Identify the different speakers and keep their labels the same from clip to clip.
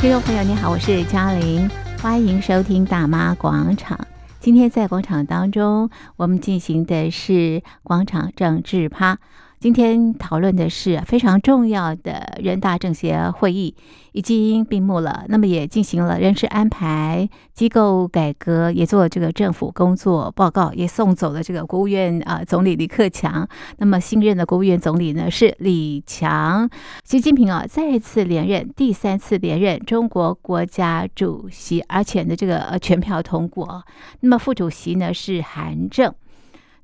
Speaker 1: 听众朋友，你好，我是嘉玲，欢迎收听《大妈广场》。今天在广场当中，我们进行的是广场政治趴。今天讨论的是非常重要的人大政协会议已经闭幕了，那么也进行了人事安排、机构改革，也做这个政府工作报告，也送走了这个国务院啊、呃总理李克强。那么新任的国务院总理呢是李强，习近平啊再次连任，第三次连任中国国家主席，而且呢这个呃全票通过。那么副主席呢是韩正。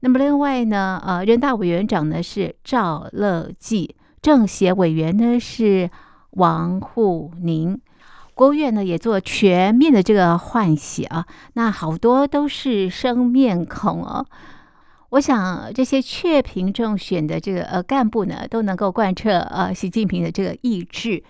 Speaker 1: 那么另外呢，呃，人大委员长呢是赵乐际，政协委员呢是王沪宁。国务院呢也做全面的这个换血啊，那好多都是生面孔哦。我想这些确评中选的这个呃干部呢，都能够贯彻呃习近平的这个意志。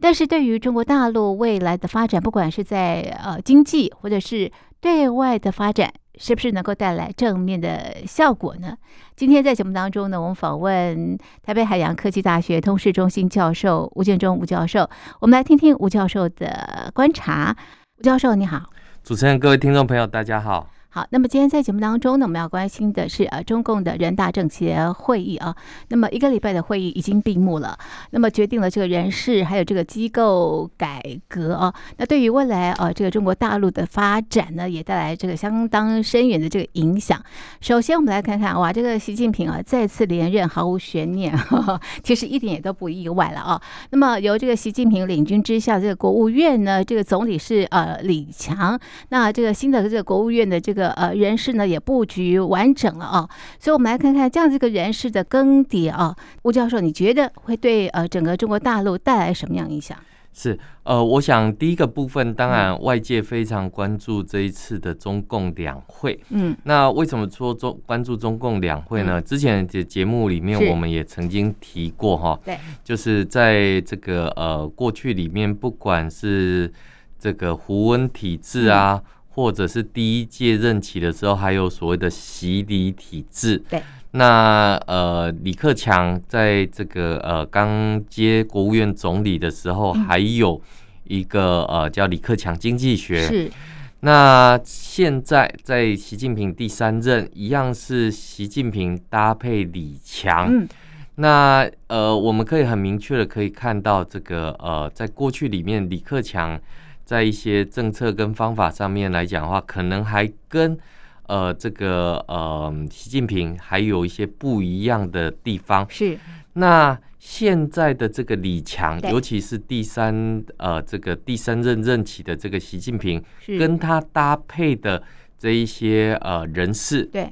Speaker 1: 但是对于中国大陆未来的发展，不管是在呃经济或者是对外的发展，是不是能够带来正面的效果呢？今天在节目当中呢，我们访问台北海洋科技大学通识中心教授吴建中吴教授，我们来听听吴教授的观察。吴教授你好。
Speaker 2: 主持人，各位听众朋友，大家好。
Speaker 1: 好，那么今天在节目当中呢，我们要关心的是呃，中共的人大政协会议啊，那么一个礼拜的会议已经闭幕了，那么决定了这个人事还有这个机构改革啊，那对于未来呃这个中国大陆的发展呢，也带来这个相当深远的这个影响。首先，我们来看看哇，这个习近平啊再次连任毫无悬念， 呵呵其实一点也都不意外了啊。那么由这个习近平领军之下，这个国务院呢，这个总理是呃李强，那这个新的这个国务院的这个呃人事呢，也布局完整了啊。所以，我们来看看这样这个人事的更迭啊，吴教授，你觉得会对呃整个中国大陆带来什么样影响？
Speaker 2: 是，呃，我想第一个部分，当然外界非常关注这一次的中共两会。
Speaker 1: 嗯
Speaker 2: 那为什么说中关注中共两会呢？之前的节目里面
Speaker 1: 是
Speaker 2: 我们也曾经提过哈，
Speaker 1: 对，
Speaker 2: 就是在这个呃过去里面，不管是这个胡温体制啊，
Speaker 1: 嗯
Speaker 2: 或者是第一届任期的时候，还有所谓的习李体制，
Speaker 1: 对。
Speaker 2: 那呃，李克强在这个呃刚接国务院总理的时候，
Speaker 1: 嗯
Speaker 2: 还有一个呃叫李克强经济学，
Speaker 1: 是
Speaker 2: 那现在在习近平第三任，一样是习近平搭配李强。
Speaker 1: 嗯
Speaker 2: 那呃，我们可以很明确的可以看到，这个呃，在过去里面，李克强在一些政策跟方法上面来讲的话，可能还跟呃这个呃习近平还有一些不一样的地方。
Speaker 1: 是，
Speaker 2: 那现在的这个李强，
Speaker 1: 对
Speaker 2: 尤其是第三呃这个第三任任期的这个习近平，
Speaker 1: 是
Speaker 2: 跟他搭配的这一些呃人士，
Speaker 1: 对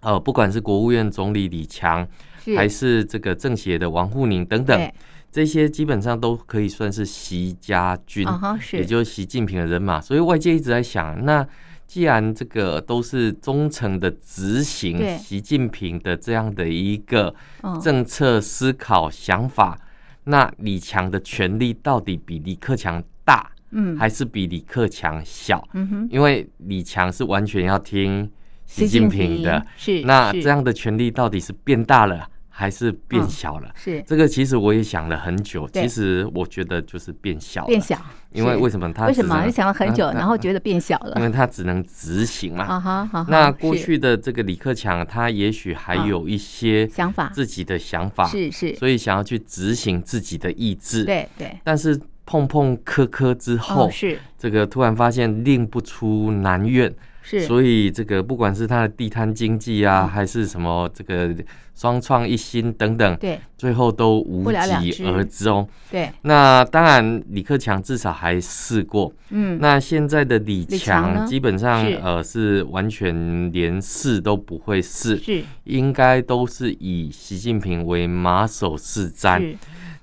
Speaker 2: 呃，不管是国务院总理李强，
Speaker 1: 是
Speaker 2: 还是这个政协的王沪宁等等
Speaker 1: 对，
Speaker 2: 这些基本上都可以算是习家军，
Speaker 1: 啊哈是
Speaker 2: 也就是习近平的人马。所以外界一直在想，那既然这个都是忠诚的执
Speaker 1: 对
Speaker 2: 行习近平的这样的一个
Speaker 1: 嗯
Speaker 2: 政策思考想法，那李强的权力到底比李克强大，
Speaker 1: 嗯
Speaker 2: 还是比李克强小？
Speaker 1: 嗯哼，
Speaker 2: 因为李强是完全要听习近平的，
Speaker 1: 是
Speaker 2: 那
Speaker 1: 是
Speaker 2: 这样的权力到底是变大了还是变小了？
Speaker 1: 是
Speaker 2: 这个其实我也想了很久，
Speaker 1: 嗯对
Speaker 2: 其实我觉得就是变小了，
Speaker 1: 变小，
Speaker 2: 因为为
Speaker 1: 什
Speaker 2: 什么他
Speaker 1: 为什么你
Speaker 2: 只能
Speaker 1: 想了很久，
Speaker 2: 那
Speaker 1: 然后觉得变小
Speaker 2: 因
Speaker 1: 了？
Speaker 2: 为他只能执行嘛。
Speaker 1: 啊哈啊哈，
Speaker 2: 那过
Speaker 1: 是
Speaker 2: 去的这个李克强，他也许还
Speaker 1: 啊
Speaker 2: 有一些
Speaker 1: 想法
Speaker 2: 自己的想法，
Speaker 1: 是是，
Speaker 2: 所以想要去执行自己的意志。，
Speaker 1: 对对，
Speaker 2: 但是碰碰磕磕之后，
Speaker 1: 哦是
Speaker 2: 这个突然发现令不出男愿，
Speaker 1: 是，
Speaker 2: 所以这个不管是他的地摊经济啊，
Speaker 1: 嗯
Speaker 2: 还是什么这个双创一新等等，
Speaker 1: 对
Speaker 2: 最后都无
Speaker 1: 不了了
Speaker 2: 疾
Speaker 1: 之
Speaker 2: 而终。
Speaker 1: 对，
Speaker 2: 那当然，李克强至少还试过。
Speaker 1: 嗯
Speaker 2: 那现在的李
Speaker 1: 李强呢
Speaker 2: 强基本上
Speaker 1: 是
Speaker 2: 呃是完全连试都不会试，
Speaker 1: 是
Speaker 2: 应该都是以习近平为马首是瞻。
Speaker 1: 是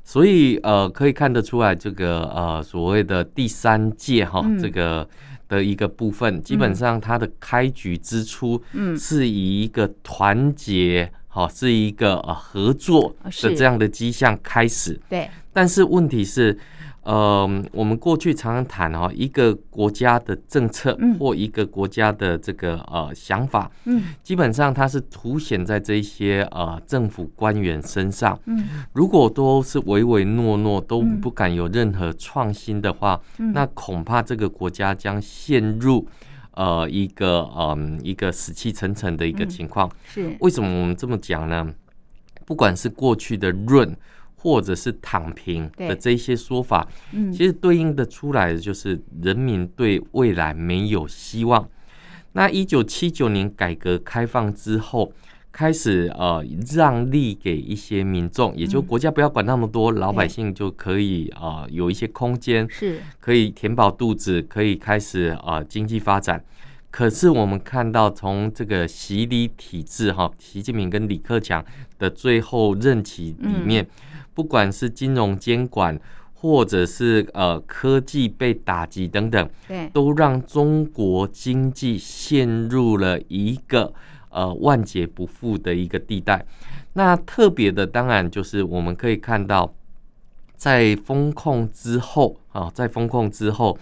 Speaker 2: 所以呃，可以看得出来，这个呃所谓的第三届哈、
Speaker 1: 嗯
Speaker 2: 这个的一个部分，基本上它的开局之初，
Speaker 1: 嗯
Speaker 2: 是以一个团结，好、是一个呃合作
Speaker 1: 啊是
Speaker 2: 的这样的迹象开始。
Speaker 1: 对
Speaker 2: 但是问题是，呃，我们过去常常谈哈、哦，一个国家的政策
Speaker 1: 嗯
Speaker 2: 或一个国家的这个呃想法，
Speaker 1: 嗯
Speaker 2: 基本上它是凸显在这一些呃政府官员身上。
Speaker 1: 嗯
Speaker 2: 如果都是唯唯诺诺，都
Speaker 1: 嗯
Speaker 2: 不敢有任何创新的话，
Speaker 1: 嗯
Speaker 2: 那恐怕这个国家将陷入呃一个嗯、一个死气沉沉的一个
Speaker 1: 嗯
Speaker 2: 情况。
Speaker 1: 是
Speaker 2: 为什么我们这么讲呢？不管是过去的润，或者是躺平
Speaker 1: 对
Speaker 2: 的这一些说法，
Speaker 1: 嗯
Speaker 2: 其实对应的出来的就是人民对未来没有希望。那一九七九年改革开放之后，开始呃让利给一些民众，也就
Speaker 1: 嗯
Speaker 2: 国家不要管那么多，老百姓就可以呃有一些空间，
Speaker 1: 是
Speaker 2: 可以填饱肚子，可以开始呃经济发展。可是我们看到，从这个习李体制哈，习近平跟李克强的最后任期里面，不管是金融监管，或者是呃科技被打击等等，
Speaker 1: 对
Speaker 2: 都让中国经济陷入了一个呃万劫不复的一个地带。那特别的，当然就是我们可以看到，在风控之后啊，在风控之后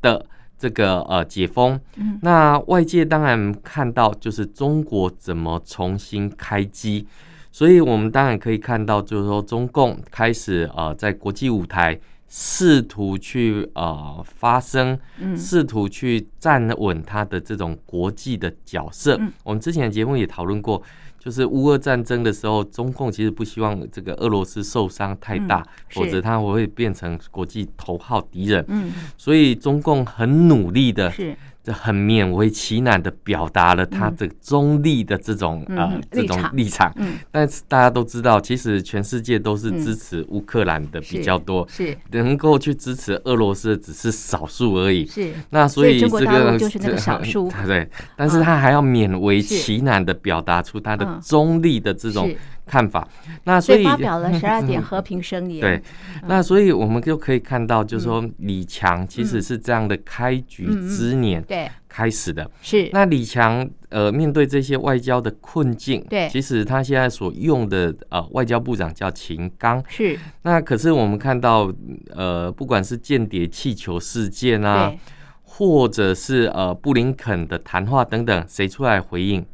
Speaker 2: 的这个呃解封，
Speaker 1: 嗯
Speaker 2: 那外界当然看到就是中国怎么重新开机。所以，我们当然可以看到，就是说，中共开始呃，在国际舞台试图去呃发声，
Speaker 1: 嗯
Speaker 2: 试图去站稳他的这种国际的角色。
Speaker 1: 嗯
Speaker 2: 我们之前的节目也讨论过，就是乌俄战争的时候，中共其实不希望这个俄罗斯受伤太大，
Speaker 1: 嗯是
Speaker 2: 否则它会变成国际头号敌人。
Speaker 1: 嗯
Speaker 2: 所以中共很努力的，
Speaker 1: 是
Speaker 2: 这很勉为其难的表达了他
Speaker 1: 嗯
Speaker 2: 这中立的这种、
Speaker 1: 嗯
Speaker 2: 呃这
Speaker 1: 立
Speaker 2: 种
Speaker 1: 场
Speaker 2: 立场。
Speaker 1: 嗯
Speaker 2: 但是大家都知道，其实全世界都是
Speaker 1: 嗯
Speaker 2: 支持乌克兰的
Speaker 1: 是
Speaker 2: 比较多，
Speaker 1: 是
Speaker 2: 能够去支持俄罗斯的只是少数而已。
Speaker 1: 是
Speaker 2: 那所以
Speaker 1: 所以中
Speaker 2: 这
Speaker 1: 国
Speaker 2: 个
Speaker 1: 大陆就是那个
Speaker 2: 这
Speaker 1: 少数
Speaker 2: 对，但是他还要勉为其难的表达出他
Speaker 1: 嗯
Speaker 2: 的中立的这种
Speaker 1: 是，
Speaker 2: 看法。那所
Speaker 1: 所
Speaker 2: 以
Speaker 1: 以发表嗯了十二点
Speaker 2: 嗯
Speaker 1: 和平声言，
Speaker 2: 对，那所以我们就可以看到，
Speaker 1: 嗯
Speaker 2: 就是说李强其实是这样的开局之年
Speaker 1: 对
Speaker 2: 开始的。
Speaker 1: 是
Speaker 2: 那李强呃，面对这些外交的困境，
Speaker 1: 对
Speaker 2: 其实他现在所用的呃外交部长叫秦刚。
Speaker 1: 是
Speaker 2: 那可是我们看到呃，不管是间谍气球事件啊，
Speaker 1: 对
Speaker 2: 或者是呃布林肯的谈话等等，谁出来回应？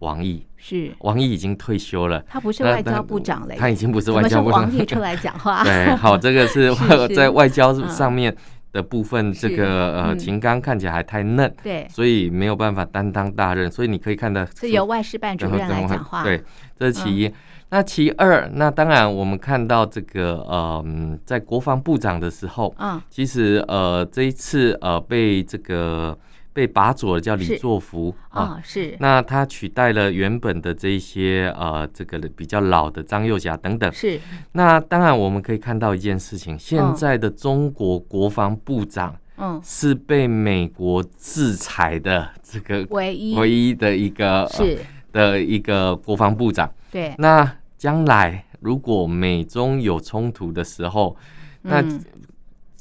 Speaker 2: 王毅，
Speaker 1: 是，
Speaker 2: 王毅已经退休了，
Speaker 1: 他不是
Speaker 2: 那
Speaker 1: 外交
Speaker 2: 那
Speaker 1: 部长嘞，
Speaker 2: 他已经不是
Speaker 1: 怎
Speaker 2: 外
Speaker 1: 么是
Speaker 2: 交部
Speaker 1: 王
Speaker 2: 长。
Speaker 1: 毅出来讲话？
Speaker 2: 对，好，这个 是
Speaker 1: 是是
Speaker 2: 在外交
Speaker 1: 嗯
Speaker 2: 上面的部分，这
Speaker 1: 是
Speaker 2: 个呃
Speaker 1: 嗯
Speaker 2: 秦刚看起来还太嫩，
Speaker 1: 对，
Speaker 2: 所以没有办法担当大任，所以你可以看到
Speaker 1: 是由外事办主
Speaker 2: 然后
Speaker 1: 任来讲话，嗯
Speaker 2: 对，这是其一。那其二，那当然我们看到这个呃，嗯在国防部长的时候，
Speaker 1: 嗯，
Speaker 2: 其实呃，这一次呃被这个被拔走的叫
Speaker 1: 是
Speaker 2: 李作福啊，
Speaker 1: 啊是
Speaker 2: 那他取代了原本的这一些呃这个比较老的张幼侠等等。
Speaker 1: 是
Speaker 2: 那当然我们可以看到一件事情，现
Speaker 1: 嗯
Speaker 2: 在的中国国防部长
Speaker 1: 嗯，
Speaker 2: 是被美国制裁的这个
Speaker 1: 唯一
Speaker 2: 唯一的一个呃
Speaker 1: 是
Speaker 2: 的一个国防部长。
Speaker 1: 对，
Speaker 2: 那将来如果美中有冲突的时候，那
Speaker 1: 嗯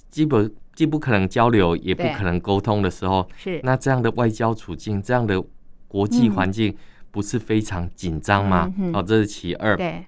Speaker 2: 基本既不可能交流，也不
Speaker 1: 对
Speaker 2: 可能沟通的时候，
Speaker 1: 是
Speaker 2: 那这样的外交处境，这样的国际
Speaker 1: 嗯
Speaker 2: 环境，不是非常紧张吗？
Speaker 1: 嗯哼
Speaker 2: 哦，这是其二。
Speaker 1: 对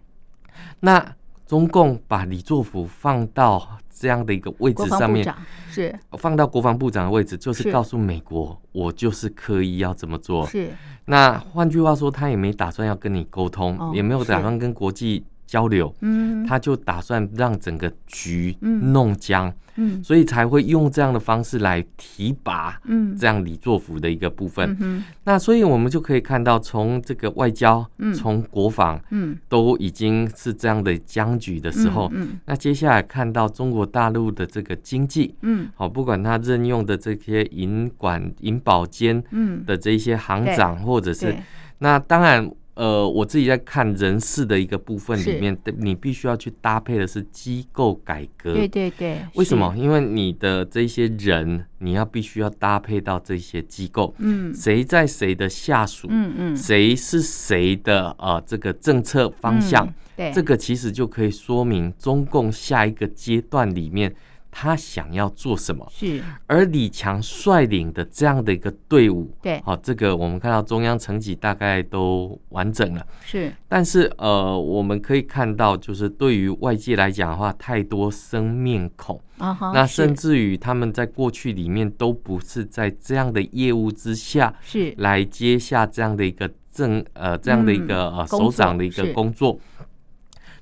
Speaker 2: 那中共把李作福放到这样的一个位
Speaker 1: 国
Speaker 2: 置
Speaker 1: 防
Speaker 2: 上
Speaker 1: 部
Speaker 2: 面，
Speaker 1: 长是
Speaker 2: 放到国防部长的位置，就是
Speaker 1: 是
Speaker 2: 告诉美国，我就是刻意要这么做。
Speaker 1: 是
Speaker 2: 那换句话说，他也没打算要跟你沟通，
Speaker 1: 哦
Speaker 2: 也没有
Speaker 1: 是
Speaker 2: 打算跟国际交流，
Speaker 1: 嗯
Speaker 2: 他就打算让整个局
Speaker 1: 嗯
Speaker 2: 弄僵，
Speaker 1: 嗯
Speaker 2: 所以才会用这样的方式来提拔
Speaker 1: 嗯
Speaker 2: 这样李作福的一个部分。
Speaker 1: 嗯哼
Speaker 2: 那所以我们就可以看到，从这个外交
Speaker 1: 嗯，
Speaker 2: 从、国防
Speaker 1: 嗯
Speaker 2: 都已经是这样的僵局的时候，
Speaker 1: 嗯
Speaker 2: 那接下来看到中国大陆的这个经济，
Speaker 1: 嗯
Speaker 2: 好、不管他任用的这些银管、银保监
Speaker 1: 嗯嗯
Speaker 2: 的这一些行
Speaker 1: 对
Speaker 2: 长，或者是
Speaker 1: 对
Speaker 2: 那当然，呃，我自己在看人事的一个部分
Speaker 1: 是
Speaker 2: 里面，你必须要去搭配的是机构改革。
Speaker 1: 对对对，
Speaker 2: 为什
Speaker 1: 是
Speaker 2: 么？？因为你的这些人，你要必须要搭配到这些机构，
Speaker 1: 嗯
Speaker 2: 谁在谁的下属，
Speaker 1: 嗯嗯，
Speaker 2: 谁是谁的呃这个政策方向，
Speaker 1: 嗯对
Speaker 2: 这个其实就可以说明中共下一个阶段里面他想要做什么。
Speaker 1: 是
Speaker 2: 而李强率领的这样的一个队伍，
Speaker 1: 对
Speaker 2: 好、这个我们看到中央层级大概都完整了，
Speaker 1: 是
Speaker 2: 但是呃，我们可以看到，就是对于外界来讲的话，太多生面孔，
Speaker 1: 啊哈，
Speaker 2: 那
Speaker 1: 是
Speaker 2: 甚至于他们在过去里面都不是在这样的业务之下
Speaker 1: 是
Speaker 2: 来接下这样的一个正呃这样的一个、呃
Speaker 1: 嗯工作
Speaker 2: 首长的一个
Speaker 1: 是
Speaker 2: 工作。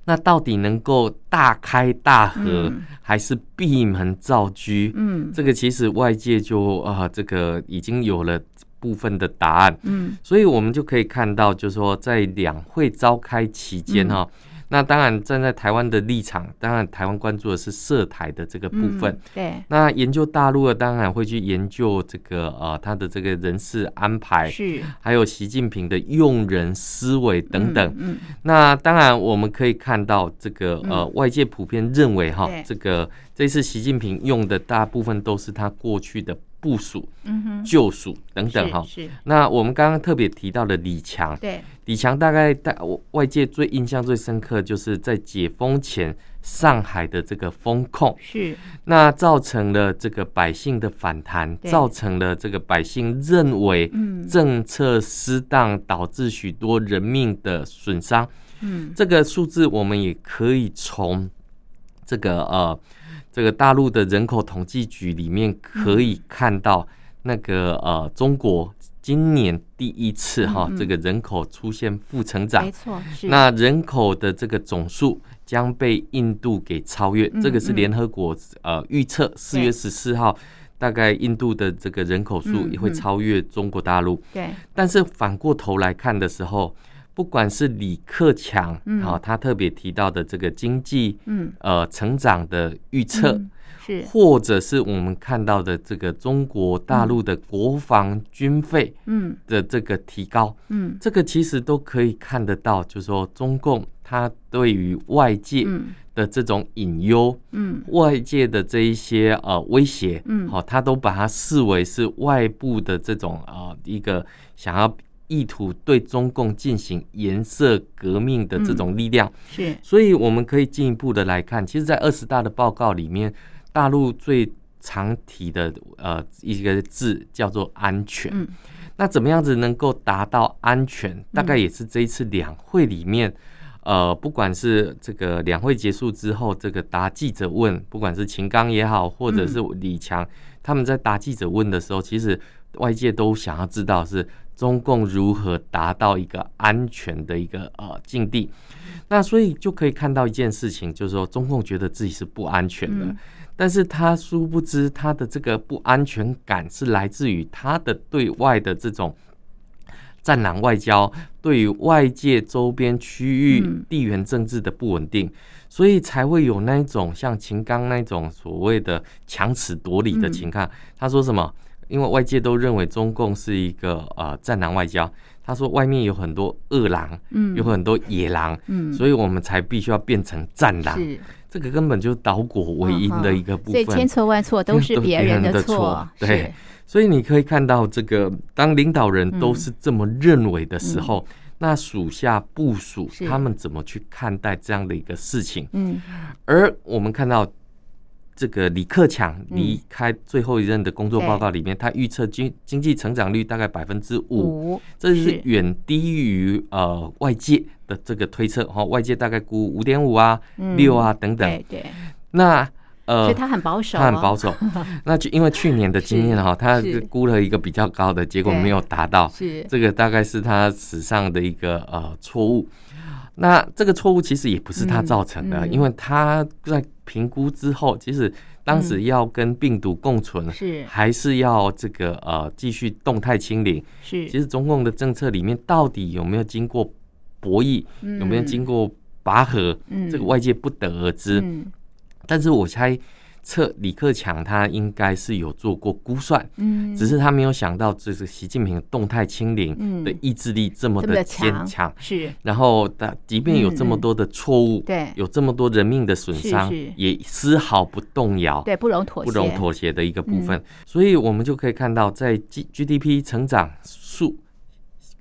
Speaker 2: 那到底能够大开大合，
Speaker 1: 嗯
Speaker 2: 还是闭门造车？
Speaker 1: 嗯
Speaker 2: 这个其实外界就啊、这个已经有了部分的答案，
Speaker 1: 嗯
Speaker 2: 所以我们就可以看到，就是说在两会召开期间哈、那当然站在台湾的立场，当然台湾关注的是涉台的这个部分。
Speaker 1: 嗯对
Speaker 2: 那研究大陆的啊当然会去研究这个呃他的这个人事安排，
Speaker 1: 是
Speaker 2: 还有习近平的用人思维等等。
Speaker 1: 嗯
Speaker 2: 那当然，我们可以看到这个呃，外界普遍认为哈
Speaker 1: 对，
Speaker 2: 这个这次习近平用的大部分都是他过去的部署、
Speaker 1: 嗯哼
Speaker 2: 救赎等等
Speaker 1: 是
Speaker 2: 哈。
Speaker 1: 是
Speaker 2: 那我们刚刚特别提到的李强，
Speaker 1: 对
Speaker 2: 李强大概大我外界最印象最深刻就是在解封前上海的这个封控，
Speaker 1: 是
Speaker 2: 那造成了这个百姓的反弹，
Speaker 1: 对
Speaker 2: 造成了这个百姓认为
Speaker 1: 嗯
Speaker 2: 政策失当导致许多人命的损伤。
Speaker 1: 嗯
Speaker 2: 这个数字我们也可以从这个呃这个大陆的人口统计局里面可以看到，那个呃中国今年第一次哈、
Speaker 1: 嗯嗯哎
Speaker 2: 这个人口出现负成长
Speaker 1: 没，错是
Speaker 2: 那人口的这个总数。将被印度给超越，
Speaker 1: 嗯
Speaker 2: 这个是
Speaker 1: 嗯
Speaker 2: 联合国呃预测，四月十四号，大概印度的这个人口数
Speaker 1: 嗯
Speaker 2: 会
Speaker 1: 嗯
Speaker 2: 超越中国大陆。
Speaker 1: 对
Speaker 2: 但是反过头来看的时候，不管是李克强，好、
Speaker 1: 嗯
Speaker 2: 他特别提到的这个经济
Speaker 1: 嗯
Speaker 2: 呃成长的预测，
Speaker 1: 嗯是
Speaker 2: 或者是我们看到的这个中国大陆的国防军费
Speaker 1: 嗯
Speaker 2: 的这个提高，
Speaker 1: 嗯
Speaker 2: 这个其实都可以看得到，就是说中共它对于外界
Speaker 1: 嗯
Speaker 2: 的这种隐忧。
Speaker 1: 嗯
Speaker 2: 外界的这一些呃威胁，
Speaker 1: 嗯
Speaker 2: 好、他都把它视为是外部的这种呃一个想要意图对中共进行颜色革命的这种力量。
Speaker 1: 是
Speaker 2: 所以我们可以进一步的来看，其实，在二十大的报告里面，大陆最常提的呃一个字叫做安全。
Speaker 1: 嗯
Speaker 2: 那怎么样子能够达到安全？大概也是这一次两会里面，呃，不管是这个两会结束之后，这个答记者问，不管是秦刚也好，或者是李强，他们在答记者问的时候，其实外界都想要知道是中共如何达到一个安全的一个呃境地。那所以就可以看到一件事情，就是说中共觉得自己是不安全的，
Speaker 1: 嗯
Speaker 2: 但是他殊不知他的这个不安全感是来自于他的对外的这种战狼外交，对于外界周边区域
Speaker 1: 嗯
Speaker 2: 地缘政治的不稳定，所以才会有那一种像秦刚那种所谓的强词夺理
Speaker 1: 嗯
Speaker 2: 的情况。他说什么？因为外界都认为中共是一个呃战狼外交，他说外面有很多恶狼，
Speaker 1: 嗯
Speaker 2: 有很多野狼，
Speaker 1: 嗯
Speaker 2: 所以我们才必须要变成战狼。
Speaker 1: 是嗯
Speaker 2: 这个根本就是倒果为因的一个部
Speaker 1: 所以
Speaker 2: 分。
Speaker 1: 千错万错都是
Speaker 2: 都是
Speaker 1: 别
Speaker 2: 别
Speaker 1: 人
Speaker 2: 人
Speaker 1: 的
Speaker 2: 的
Speaker 1: 错
Speaker 2: 错，
Speaker 1: 是
Speaker 2: 对所以你可以看到，这个当领导人都是这么认为的时候，那属下部署
Speaker 1: 嗯是
Speaker 2: 他们怎么去看待这样的一个事情？
Speaker 1: 嗯
Speaker 2: 而我们看到。这个李克强
Speaker 1: 嗯
Speaker 2: 离开最后一任的工作报告里面，他预测经经济成长率大概百分之五，
Speaker 1: 五
Speaker 2: 这是
Speaker 1: 是
Speaker 2: 远低于呃外界的这个推测哈、外界大概估五点五啊、六、啊等
Speaker 1: 嗯
Speaker 2: 等。
Speaker 1: 对对，
Speaker 2: 那呃，
Speaker 1: 所以他很保守、哦，
Speaker 2: 他很保守。 那就因为去年的经验哈，他
Speaker 1: 是
Speaker 2: 估了一个比较高的，结果
Speaker 1: 对
Speaker 2: 没有达到，
Speaker 1: 是
Speaker 2: 这个大概是他史上的一个呃错误。那这个错误其实也不是他造成的，
Speaker 1: 嗯嗯
Speaker 2: 因为他在评估之后，其实当
Speaker 1: 嗯
Speaker 2: 时要跟病毒共存，
Speaker 1: 是
Speaker 2: 还是要这个呃继续动态清零。
Speaker 1: 是，
Speaker 2: 其实中共的政策里面到底有没有经过博弈，有没有经过拔河，
Speaker 1: 嗯
Speaker 2: 这个外界不得而知。
Speaker 1: 嗯
Speaker 2: 但是我猜测李克强他应该是有做过估算，
Speaker 1: 嗯
Speaker 2: 只是他没有想到这是习近平动态清
Speaker 1: 嗯
Speaker 2: 零的意志力这么
Speaker 1: 这么
Speaker 2: 的坚
Speaker 1: 强
Speaker 2: 强。
Speaker 1: 是
Speaker 2: 然后他即便有这么多的错误，
Speaker 1: 嗯对
Speaker 2: 有这么多人命的损伤
Speaker 1: 是是，
Speaker 2: 也丝毫不动摇。
Speaker 1: 对不容妥协，嗯
Speaker 2: 不容妥协的一个部分，所以我们就可以看到，在 G GDP 成长数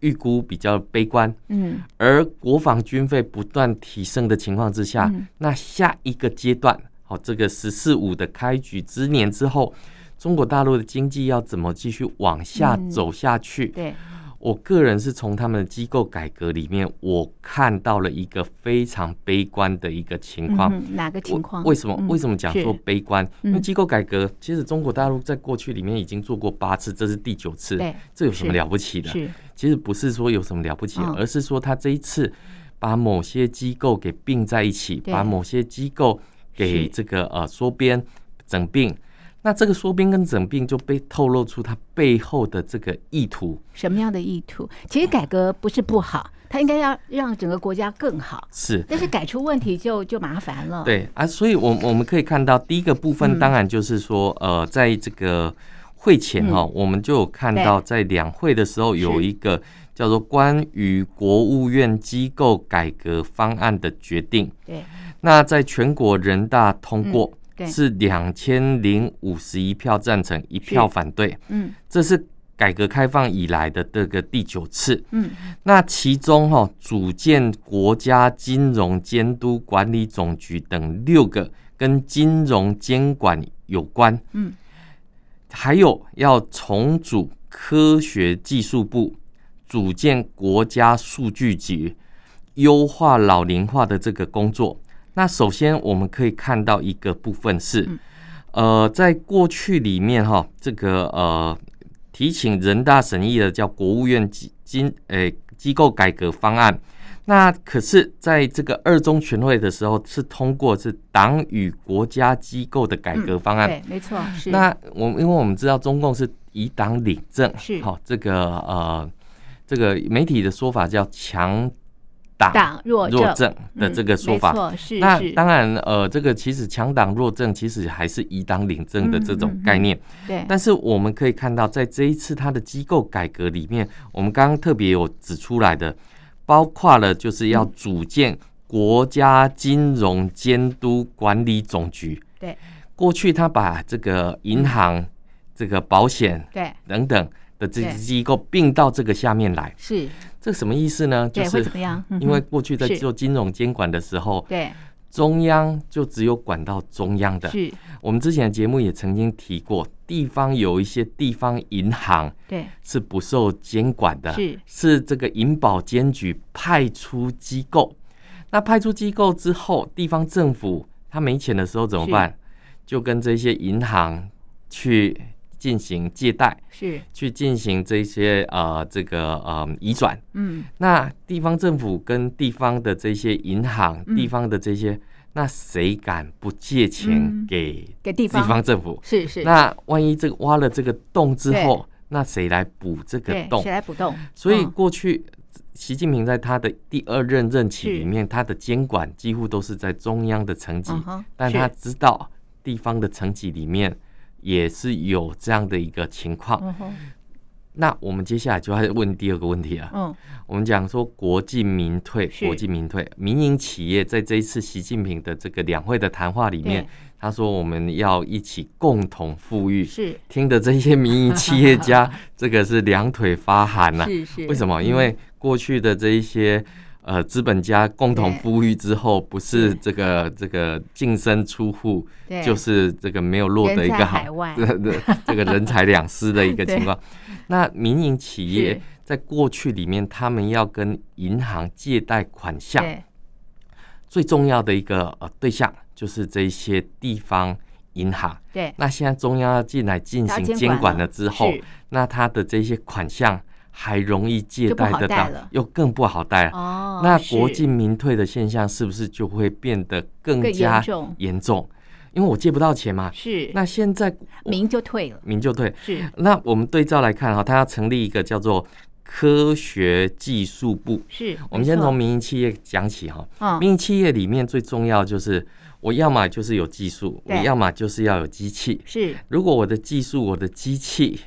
Speaker 2: 预估比较悲观，
Speaker 1: 嗯
Speaker 2: 而国防军费不断提升的情况之下，
Speaker 1: 嗯
Speaker 2: 那下一个阶段，好、哦这个“十四五”的开局之年之后，中国大陆的经济要怎么继续往下
Speaker 1: 嗯
Speaker 2: 走下去？
Speaker 1: 对，
Speaker 2: 我个人是从他们的机构改革里面，我看到了一个非常悲观的一个情况。
Speaker 1: 嗯哼哪个情况？
Speaker 2: 为为什么？
Speaker 1: 嗯
Speaker 2: 为什么讲说
Speaker 1: 是
Speaker 2: 悲观？因为
Speaker 1: 嗯
Speaker 2: 机构改革，其实中国大陆在过去里面已经做过八次，这是第九次，
Speaker 1: 对，
Speaker 2: 这有什么
Speaker 1: 是
Speaker 2: 了不起的？
Speaker 1: 是
Speaker 2: 其实不是说有什么了不起的，
Speaker 1: 嗯
Speaker 2: 而是说他这一次把某些机构给并在一起，
Speaker 1: 对
Speaker 2: 把某些机构给
Speaker 1: 是
Speaker 2: 这个呃缩编整并。那这个缩编跟整并就被透露出它背后的这个意图
Speaker 1: 什么样的意图？其实改革不是不好，它应该要让整个国家更好，
Speaker 2: 是。
Speaker 1: 但是改出问题就就麻烦了。，
Speaker 2: 嗯对啊，所以我我们可以看到，第一个部分
Speaker 1: 嗯
Speaker 2: 当然就是说，呃，在这个会前哈、我们就有看到，在两会的时候有
Speaker 1: 嗯是
Speaker 2: 一个叫做关于国务院机构改革方案的决定，
Speaker 1: 对
Speaker 2: 那在全国人大通过。
Speaker 1: 对，
Speaker 2: 是两千零五十一票赞成，一票反对，
Speaker 1: 嗯
Speaker 2: 这是改革开放以来的这个第九次。
Speaker 1: 嗯，
Speaker 2: 那其中哈、组建国家金融监督管理总局等六个跟金融监管有关，
Speaker 1: 嗯，
Speaker 2: 还有要重组科学技术部，组建国家数据局，优化老龄化的这个工作。那首先我们可以看到一个部分是，呃，在过去里面哈，这个呃提请人大审议的叫国务院机金诶、机构改革方案。那可是，在这个二中全会的时候，是通过是党与国家机构的改革方案。
Speaker 1: 对，没错，是
Speaker 2: 那我们因为我们知道中共是以党领政，
Speaker 1: 是
Speaker 2: 好、这个呃这个媒体的说法叫强党
Speaker 1: 党弱
Speaker 2: 弱政的这个说
Speaker 1: 嗯
Speaker 2: 法。
Speaker 1: 没错是
Speaker 2: 那
Speaker 1: 是，
Speaker 2: 当然，呃，这个其实强党弱政其实还是以党领政的这
Speaker 1: 嗯嗯
Speaker 2: 种
Speaker 1: 嗯
Speaker 2: 概念。
Speaker 1: 对，
Speaker 2: 但是我们可以看到，在这一次它的机构改革里面，我们刚刚特别有指出来的，包括了就是要
Speaker 1: 嗯
Speaker 2: 组建国家金融监督管理总局。
Speaker 1: 对
Speaker 2: 过去他把这个银行、这个保险
Speaker 1: 对
Speaker 2: 等等的这些
Speaker 1: 对
Speaker 2: 机构并到这个下面来，
Speaker 1: 是，
Speaker 2: 这什么意思呢？就
Speaker 1: 对会
Speaker 2: 是
Speaker 1: 怎么样？嗯
Speaker 2: 因为
Speaker 1: 哼
Speaker 2: 过去在
Speaker 1: 是
Speaker 2: 做金融监管的时候，
Speaker 1: 对
Speaker 2: 中央就只有管到中央的，
Speaker 1: 是，
Speaker 2: 我们之前的节目也曾经提过，地方有一些地方银行
Speaker 1: 对
Speaker 2: 是不受监管的，
Speaker 1: 是
Speaker 2: 这个银保监局派出机构。那派出机构之后，地方政府他没钱的时候怎么
Speaker 1: 是
Speaker 2: 办？就跟这些银行去进行借贷，
Speaker 1: 是，
Speaker 2: 去进行这些呃这个呃移转。
Speaker 1: 嗯
Speaker 2: 那地方政府跟地方的这些银行、
Speaker 1: 嗯
Speaker 2: 地方的这些，那谁敢不借钱
Speaker 1: 嗯
Speaker 2: 给
Speaker 1: 给地
Speaker 2: 地
Speaker 1: 方
Speaker 2: 方政府？
Speaker 1: 是是，
Speaker 2: 那万一这个挖了这个洞之后，那谁来补这个
Speaker 1: 对
Speaker 2: 洞
Speaker 1: 谁？来补洞？
Speaker 2: 所以
Speaker 1: 嗯
Speaker 2: 过去习近平在他的第二任任期里面，他的监管几乎都是在中央的层级，
Speaker 1: 嗯哼
Speaker 2: 但
Speaker 1: 是
Speaker 2: 他知道地方的层级里面也是有这样的一个情况。
Speaker 1: 嗯哼
Speaker 2: 那我们接下来就要问第二个问题了。
Speaker 1: 嗯
Speaker 2: 我们讲说国进民退，
Speaker 1: 是
Speaker 2: 国进民退，民营企业在这一次习近平的这个两会的谈话里面
Speaker 1: 对，
Speaker 2: 他说我们要一起共同富裕。
Speaker 1: 是
Speaker 2: 听的这些民营企业 家，这个是两腿发寒呐、
Speaker 1: 是嗯是，
Speaker 2: 为什么？因为过去的这一些呃资本家共同
Speaker 1: 对
Speaker 2: 富裕之后，不是
Speaker 1: 对
Speaker 2: 这个这个净身出户，
Speaker 1: 对
Speaker 2: 就是这个没有落得
Speaker 1: 人
Speaker 2: 一
Speaker 1: 在
Speaker 2: 个好
Speaker 1: 海外
Speaker 2: 这个 这个人财两失的一个 情况。那民营企业
Speaker 1: 是
Speaker 2: 在过去里面，他们要跟银行借贷款项，
Speaker 1: 对
Speaker 2: 最重要的一个呃对象就是这一些地方银行。
Speaker 1: 对
Speaker 2: 那现在中央要进来进
Speaker 1: 要
Speaker 2: 行
Speaker 1: 监
Speaker 2: 监
Speaker 1: 管
Speaker 2: 管
Speaker 1: 了
Speaker 2: 了之后
Speaker 1: 是，
Speaker 2: 那它的这些款项还容易借
Speaker 1: 就不
Speaker 2: 贷
Speaker 1: 好
Speaker 2: 得
Speaker 1: 贷
Speaker 2: 到
Speaker 1: 了，
Speaker 2: 又更不好贷了。
Speaker 1: 哦，
Speaker 2: 那
Speaker 1: 是
Speaker 2: 国进民退的现象是不是就会变得更
Speaker 1: 更
Speaker 2: 加
Speaker 1: 严重
Speaker 2: 严重？因为我借不到钱嘛。
Speaker 1: 是
Speaker 2: 那现在我
Speaker 1: 民就退了，
Speaker 2: 民就退，
Speaker 1: 是
Speaker 2: 那我们对照来看哈，它要成立一个叫做科学技术部。
Speaker 1: 是，没
Speaker 2: 我们先
Speaker 1: 错
Speaker 2: 从民营企业讲起哈。
Speaker 1: 嗯
Speaker 2: 民营企业里面最重要就是，我要么就是有技术，我
Speaker 1: 对
Speaker 2: 要么就是要有机器。
Speaker 1: 是
Speaker 2: 如果我的技术、我的机器，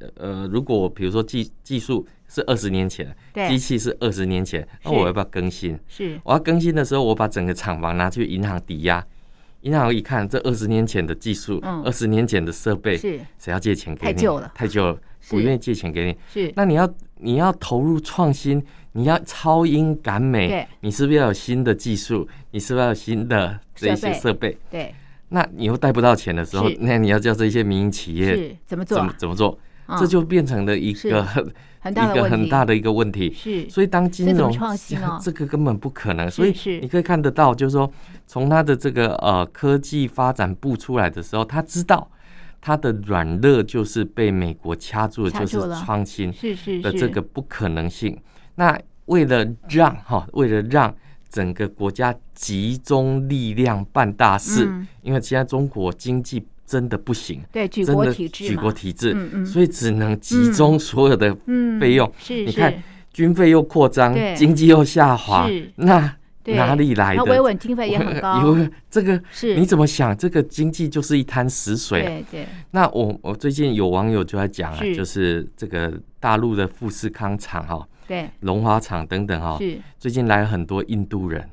Speaker 2: 呃呃，如果我比如说技技术是二十年前，
Speaker 1: 对
Speaker 2: 机器是二十年前，那
Speaker 1: 是
Speaker 2: 我要不要更新？
Speaker 1: 是
Speaker 2: 我要更新的时候，我把整个厂房拿去银行抵押，银行一看，这二十年前的技术，
Speaker 1: 嗯
Speaker 2: 二十、年前的设备，
Speaker 1: 是
Speaker 2: 谁要借钱给
Speaker 1: 太
Speaker 2: 你？
Speaker 1: 旧了
Speaker 2: 太旧了，
Speaker 1: 是
Speaker 2: 不愿意借钱给你。
Speaker 1: 是
Speaker 2: 那你要你要投入创新，你要超英赶
Speaker 1: 对
Speaker 2: 美，你是不是要有新的技术？你是不是要有新的这
Speaker 1: 设
Speaker 2: 些
Speaker 1: 备
Speaker 2: 设备？
Speaker 1: 对
Speaker 2: 那你又贷不到钱的时候
Speaker 1: 是，
Speaker 2: 那你要叫这些民营企业
Speaker 1: 是怎么做
Speaker 2: 怎
Speaker 1: 啊
Speaker 2: 么？怎么做？
Speaker 1: 啊
Speaker 2: 这就变成了一
Speaker 1: 是
Speaker 2: 个
Speaker 1: 很大
Speaker 2: 一
Speaker 1: 的
Speaker 2: 个
Speaker 1: 问
Speaker 2: 很
Speaker 1: 题
Speaker 2: 大的一个问题。
Speaker 1: 是
Speaker 2: 所以当金
Speaker 1: 这怎么
Speaker 2: 融
Speaker 1: 创新哦
Speaker 2: 这个根本不可能，
Speaker 1: 是
Speaker 2: 所以
Speaker 1: 是
Speaker 2: 你可以看得到，就是说从它的这个呃科技发展部出来的时候，他知道它的软肋就是被美国掐住的，
Speaker 1: 掐
Speaker 2: 就
Speaker 1: 住
Speaker 2: 是
Speaker 1: 了
Speaker 2: 创新
Speaker 1: 是是
Speaker 2: 的
Speaker 1: 是
Speaker 2: 这个不可能性。那为了让哈，为了让整个国家集中力量办大事，
Speaker 1: 嗯
Speaker 2: 因为现在中国经济真的不行，
Speaker 1: 对举
Speaker 2: 真
Speaker 1: 国
Speaker 2: 的
Speaker 1: 体制
Speaker 2: 举
Speaker 1: 嘛
Speaker 2: 国体制，
Speaker 1: 嗯嗯
Speaker 2: 所以只能集
Speaker 1: 嗯
Speaker 2: 中所有的
Speaker 1: 嗯
Speaker 2: 费用
Speaker 1: 是
Speaker 2: 你
Speaker 1: 是
Speaker 2: 看军费又扩张
Speaker 1: 嗯对，
Speaker 2: 经济又下滑
Speaker 1: 是，
Speaker 2: 那
Speaker 1: 对
Speaker 2: 哪里来
Speaker 1: 然
Speaker 2: 的？
Speaker 1: 后维稳经费也 很高，
Speaker 2: 有这个
Speaker 1: 是
Speaker 2: 你怎么想？这个经济就是一滩死水啊、
Speaker 1: 对对
Speaker 2: 那我我最近有网友就在讲啊，
Speaker 1: 是
Speaker 2: 就是这个大陆的富士康厂哈、
Speaker 1: 对
Speaker 2: 龙华厂等等哈、
Speaker 1: 是
Speaker 2: 最近来了很多印度人，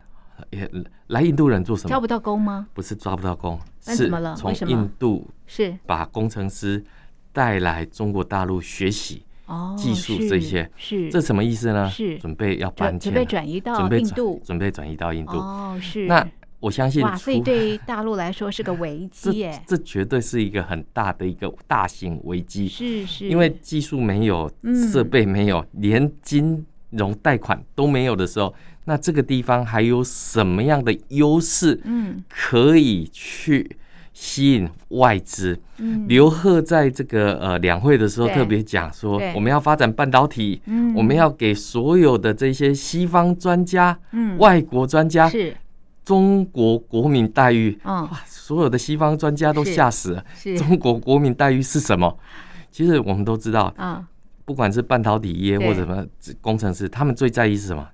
Speaker 2: 也来印度人做什
Speaker 1: 招
Speaker 2: 么？
Speaker 1: 不到工吗？
Speaker 2: 不是抓不到工，
Speaker 1: 那
Speaker 2: 是
Speaker 1: 怎么了
Speaker 2: 从
Speaker 1: 为什么
Speaker 2: 印度
Speaker 1: 是
Speaker 2: 把工程师带来中国大陆学习。
Speaker 1: 哦，
Speaker 2: 技术
Speaker 1: 是
Speaker 2: 这些
Speaker 1: 是
Speaker 2: 这什么意思呢？
Speaker 1: 是
Speaker 2: 准备要搬
Speaker 1: 准准
Speaker 2: 迁了，
Speaker 1: 备转移到
Speaker 2: 准备
Speaker 1: 印
Speaker 2: 转
Speaker 1: 度
Speaker 2: 准备转移到印度。
Speaker 1: 哦是
Speaker 2: 那我相信
Speaker 1: 哇，所以
Speaker 2: 出
Speaker 1: 对于大陆来说是个 危机
Speaker 2: 这
Speaker 1: 耶，
Speaker 2: 这绝对是一个很大的一个大型危机，
Speaker 1: 是是，
Speaker 2: 因为技术没有
Speaker 1: 嗯，
Speaker 2: 设备没有，连金融贷款都没有的时候，那这个地方还有什么样的优势
Speaker 1: 嗯
Speaker 2: 可以去吸引外资？
Speaker 1: 嗯
Speaker 2: 刘鹤在这个呃两会的时候
Speaker 1: 对
Speaker 2: 特别讲说
Speaker 1: 对，
Speaker 2: 我们要发展半导体，
Speaker 1: 嗯
Speaker 2: 我们要给所有的这些西方专家、
Speaker 1: 嗯
Speaker 2: 外国专家、
Speaker 1: 是
Speaker 2: 中国国民待遇，
Speaker 1: 嗯
Speaker 2: 哇，所有的西方专家都
Speaker 1: 是
Speaker 2: 吓死了。
Speaker 1: 是
Speaker 2: 中国国民待遇是什么？其实我们都知道，
Speaker 1: 啊
Speaker 2: 不管是半导体业
Speaker 1: 对
Speaker 2: 或者什么工程师，他们最在意是什么？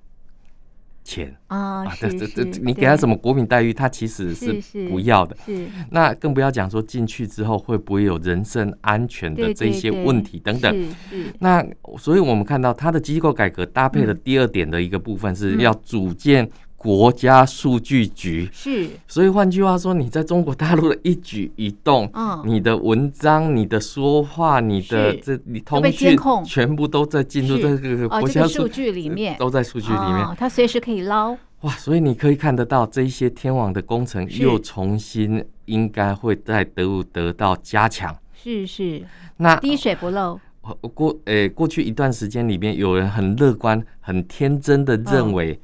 Speaker 2: 钱
Speaker 1: 啊
Speaker 2: 啊！
Speaker 1: 是
Speaker 2: 这这这，
Speaker 1: 是
Speaker 2: 你给他
Speaker 1: 对
Speaker 2: 什么国民待遇，他其实
Speaker 1: 是是
Speaker 2: 是不要的。
Speaker 1: 是
Speaker 2: 那更不要讲说进去之后会不会有人身安全的
Speaker 1: 对
Speaker 2: 这
Speaker 1: 对
Speaker 2: 些
Speaker 1: 对
Speaker 2: 问题等等。
Speaker 1: 是是
Speaker 2: 那所以我们看到它的机构改革搭配的第二点的一个部分
Speaker 1: 嗯
Speaker 2: 是要组建国家数据局。
Speaker 1: 是
Speaker 2: 所以换句话说，你在中国大陆的一举一动，
Speaker 1: 嗯
Speaker 2: 你的文章、你的说话、你的
Speaker 1: 是
Speaker 2: 这你
Speaker 1: 都
Speaker 2: 通
Speaker 1: 被监
Speaker 2: 讯
Speaker 1: 控
Speaker 2: 全部都在进入
Speaker 1: 是
Speaker 2: 这个
Speaker 1: 哦
Speaker 2: 国
Speaker 1: 这
Speaker 2: 家呃
Speaker 1: 个数据里面
Speaker 2: 都在数据里面。
Speaker 1: 哦，他随时可以捞
Speaker 2: 哇，所以你可以看得到这一些天网的工程
Speaker 1: 是
Speaker 2: 又重新应该会在得物得到加强。
Speaker 1: 是是
Speaker 2: 那
Speaker 1: 滴水不漏
Speaker 2: 我我过诶、过去一段时间里面，有人很乐观、很天真的认为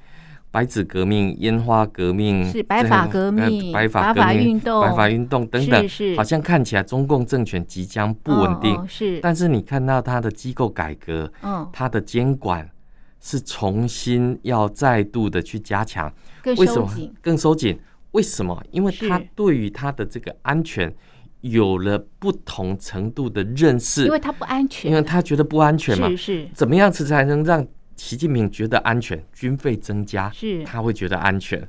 Speaker 2: 白纸革命、烟花革命
Speaker 1: 嗯是白发革命
Speaker 2: 呃白
Speaker 1: 白发
Speaker 2: 发革命
Speaker 1: 运动
Speaker 2: 白发运动等等，
Speaker 1: 是是
Speaker 2: 好像看起来中共政权即将不稳定。
Speaker 1: 嗯嗯是
Speaker 2: 但是你看到它的机构改革，
Speaker 1: 嗯
Speaker 2: 它的监管是重新要再度的去加强，
Speaker 1: 更
Speaker 2: 为什
Speaker 1: 收
Speaker 2: 么
Speaker 1: 紧
Speaker 2: 更收紧？为什么？因为它
Speaker 1: 是
Speaker 2: 对于它的这个安全有了不同程度的认识，
Speaker 1: 因为它不安全
Speaker 2: 因为他觉得不安全嘛
Speaker 1: 是。是
Speaker 2: 怎么样子才能让习近平觉得安全？军费增加，
Speaker 1: 是
Speaker 2: 他会觉得安全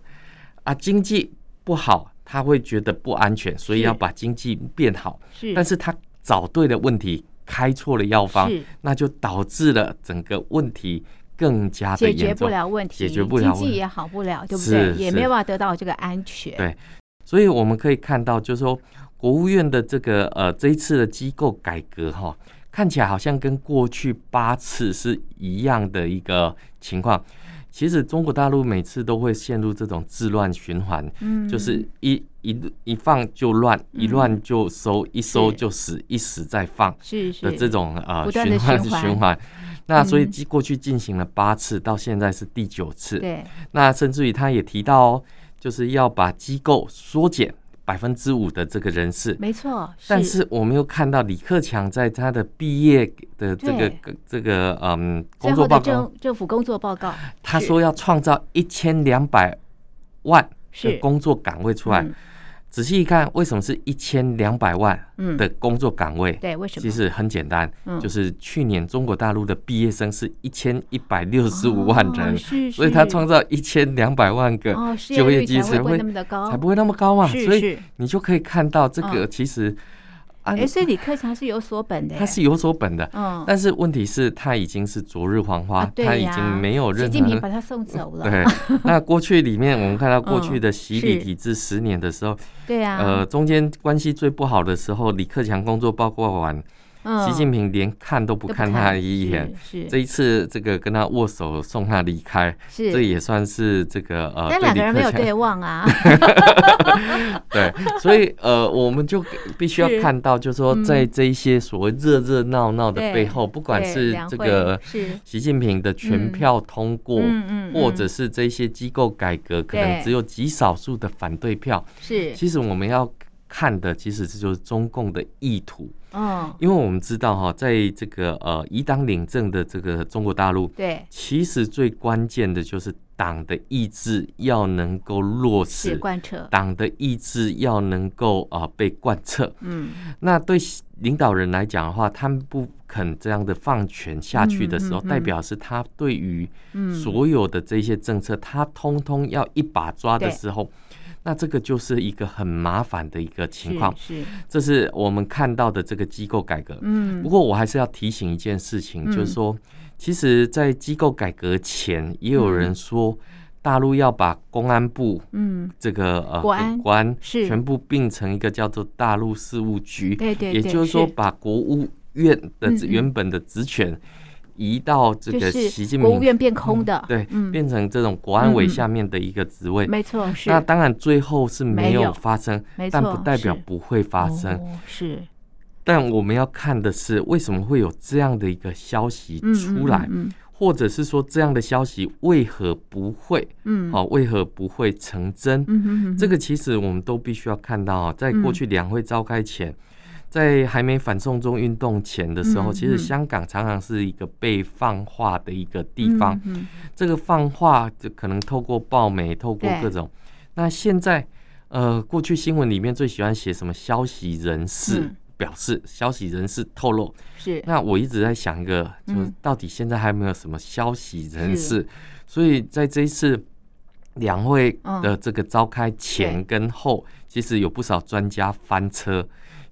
Speaker 2: 啊，经济不好，他会觉得不安全，所以
Speaker 1: 是
Speaker 2: 要把经济变好。
Speaker 1: 是
Speaker 2: 但是他找对了问题，开错了药方
Speaker 1: 是，
Speaker 2: 那就导致了整个问题更加的
Speaker 1: 解决
Speaker 2: 严
Speaker 1: 不
Speaker 2: 重。
Speaker 1: 了问题，
Speaker 2: 解决不了
Speaker 1: 经
Speaker 2: 问
Speaker 1: 济
Speaker 2: 题
Speaker 1: 也好不了，对不
Speaker 2: 是
Speaker 1: 对？也
Speaker 2: 是
Speaker 1: 没有办法得到这个安全。
Speaker 2: 对所以我们可以看到，就是说国务院的这个呃这一次的机构改革哈、看起来好像跟过去八次是一样的一个情况。其实中国大陆每次都会陷入这种治乱循环，
Speaker 1: 嗯
Speaker 2: 就是一一一放就乱，一乱就收，一收就死，一死再放
Speaker 1: 是是
Speaker 2: 的这种
Speaker 1: 不
Speaker 2: 呃
Speaker 1: 断地
Speaker 2: 循环
Speaker 1: 循环嗯
Speaker 2: 循环。那所以经过去进行了八次，到现在是第九次。
Speaker 1: 对
Speaker 2: 那甚至于他也提到、哦，就是要把机构缩减百分之五的这个人事。
Speaker 1: 没错。
Speaker 2: 但是我们又看到李克强在他的毕业的这个这个嗯
Speaker 1: 最
Speaker 2: 工
Speaker 1: 后
Speaker 2: 作
Speaker 1: 的
Speaker 2: 报告，
Speaker 1: 政政府工作报告
Speaker 2: 他说要创造一千两百万
Speaker 1: 是
Speaker 2: 的工作岗位出来。
Speaker 1: 嗯
Speaker 2: 仔细一看，为什么是一千两百万
Speaker 1: 嗯
Speaker 2: 的工作岗位？
Speaker 1: 对，为什
Speaker 2: 其
Speaker 1: 么？
Speaker 2: 实很简单，
Speaker 1: 嗯
Speaker 2: 就是去年中国大陆的毕业生是一千一百六十五万人，
Speaker 1: 哦是
Speaker 2: 所以他
Speaker 1: 是
Speaker 2: 创造一千两百万个
Speaker 1: 哦，失业
Speaker 2: 就业
Speaker 1: 率
Speaker 2: 机
Speaker 1: 才会
Speaker 2: 会，
Speaker 1: 不会那么的高？
Speaker 2: 才不会那么高嘛。
Speaker 1: 是
Speaker 2: 所以
Speaker 1: 是嗯
Speaker 2: 你就可以看到这个其实啊，
Speaker 1: 哎，所以李克强是有所本的耶。
Speaker 2: 它是有所本的。
Speaker 1: 嗯，
Speaker 2: 但是问题是，它已经是昨日黄花
Speaker 1: 啊，对
Speaker 2: 它已
Speaker 1: 呀
Speaker 2: 经没有
Speaker 1: 习
Speaker 2: 任
Speaker 1: 近平
Speaker 2: 何
Speaker 1: 把他送走了。
Speaker 2: 对。那过去里面，我们看到 过去
Speaker 1: 嗯
Speaker 2: 的洗礼
Speaker 1: 是
Speaker 2: 体制十年的时候，呃
Speaker 1: 对啊，
Speaker 2: 呃，中间关系最不好的时候，李克强工作报告完，
Speaker 1: 嗯
Speaker 2: 习近平连看都不
Speaker 1: 都不
Speaker 2: 看他一眼。，
Speaker 1: 是
Speaker 2: 这一次这个跟他握手送他离开，
Speaker 1: 是
Speaker 2: 这
Speaker 1: 是，
Speaker 2: 也算是这个呃，
Speaker 1: 但两个人没有
Speaker 2: 对李克
Speaker 1: 对望啊，
Speaker 2: 强对，所以呃，我们就必须要
Speaker 1: 是
Speaker 2: 看到，就是说
Speaker 1: 嗯
Speaker 2: 在这一些所谓热热闹闹的
Speaker 1: 对
Speaker 2: 背后， 不管
Speaker 1: 对
Speaker 2: 是
Speaker 1: 两
Speaker 2: 这
Speaker 1: 会
Speaker 2: 个
Speaker 1: 是
Speaker 2: 习近平的全
Speaker 1: 嗯
Speaker 2: 票通过，
Speaker 1: 嗯嗯，
Speaker 2: 或者
Speaker 1: 嗯
Speaker 2: 是这些机构改革可
Speaker 1: 对
Speaker 2: 能只有极少数的反对票，
Speaker 1: 是
Speaker 2: 其实我们要看的其实这就是中共的意图，
Speaker 1: 嗯
Speaker 2: 因为我们知道哈，在这个呃以党领政的这个中国大陆，
Speaker 1: 对
Speaker 2: 其实最关键的就是党的意志要能够落
Speaker 1: 是
Speaker 2: 实，
Speaker 1: 贯彻，
Speaker 2: 党的意志要能够啊、呃被贯彻。
Speaker 1: 嗯
Speaker 2: 那对领导人来讲的话，他们不肯这样的放权下去的时候，
Speaker 1: 嗯嗯嗯
Speaker 2: 代表是他对于
Speaker 1: 嗯
Speaker 2: 所有的这些政策，他通通要一把抓的时候，那这个就是一个很麻烦的一个情况。
Speaker 1: 是是
Speaker 2: 这是我们看到的这个机构改革。
Speaker 1: 嗯
Speaker 2: 不过我还是要提醒一件事情，
Speaker 1: 嗯
Speaker 2: 就是说，其实，在机构改革前，也有人说，大陆要把公安部
Speaker 1: 嗯
Speaker 2: 这个呃
Speaker 1: 国安
Speaker 2: 国安
Speaker 1: 是
Speaker 2: 全部并成一个叫做大陆事务局，
Speaker 1: 对对
Speaker 2: 也
Speaker 1: 对
Speaker 2: 就是说，
Speaker 1: 是
Speaker 2: 把国务院的
Speaker 1: 嗯嗯
Speaker 2: 这原本的职权移到这
Speaker 1: 就
Speaker 2: 个
Speaker 1: 是
Speaker 2: 习近
Speaker 1: 国务
Speaker 2: 平
Speaker 1: 院变空的，
Speaker 2: 对
Speaker 1: 嗯，
Speaker 2: 变成这种国安委
Speaker 1: 嗯嗯
Speaker 2: 下面的一个职位。
Speaker 1: 没错，是
Speaker 2: 那当然最后是
Speaker 1: 没
Speaker 2: 没
Speaker 1: 有
Speaker 2: 有发生
Speaker 1: 没，
Speaker 2: 但
Speaker 1: 错
Speaker 2: 不代表
Speaker 1: 是
Speaker 2: 不会发生。
Speaker 1: 哦是
Speaker 2: 但我们要看的是，为什么会有这样的一个消息
Speaker 1: 嗯
Speaker 2: 出来，
Speaker 1: 嗯
Speaker 2: 或者是说这样的消息为何不会
Speaker 1: 嗯嗯
Speaker 2: 啊？为何不会成真？
Speaker 1: 嗯嗯嗯嗯
Speaker 2: 这
Speaker 1: 个
Speaker 2: 个其实我们都必须要看到啊，在过去两会召开前，在还没反送中运动前的时候，
Speaker 1: 嗯
Speaker 2: 其实
Speaker 1: 嗯
Speaker 2: 香港常常是一个被放话的一个地方。
Speaker 1: 嗯
Speaker 2: 这个放话就可能透过报媒，透过
Speaker 1: 对
Speaker 2: 各种。那现在，呃，过去新闻里面最喜欢写什么？消息人士
Speaker 1: 嗯
Speaker 2: 表示，消息人士透露。
Speaker 1: 是
Speaker 2: 那我一直在想一个，就是
Speaker 1: 嗯
Speaker 2: 到底现在还有没有什么消息人
Speaker 1: 是
Speaker 2: 士？所以在这一次两会
Speaker 1: 嗯
Speaker 2: 的这个召开前
Speaker 1: 对
Speaker 2: 跟后，其实有不少专家翻车，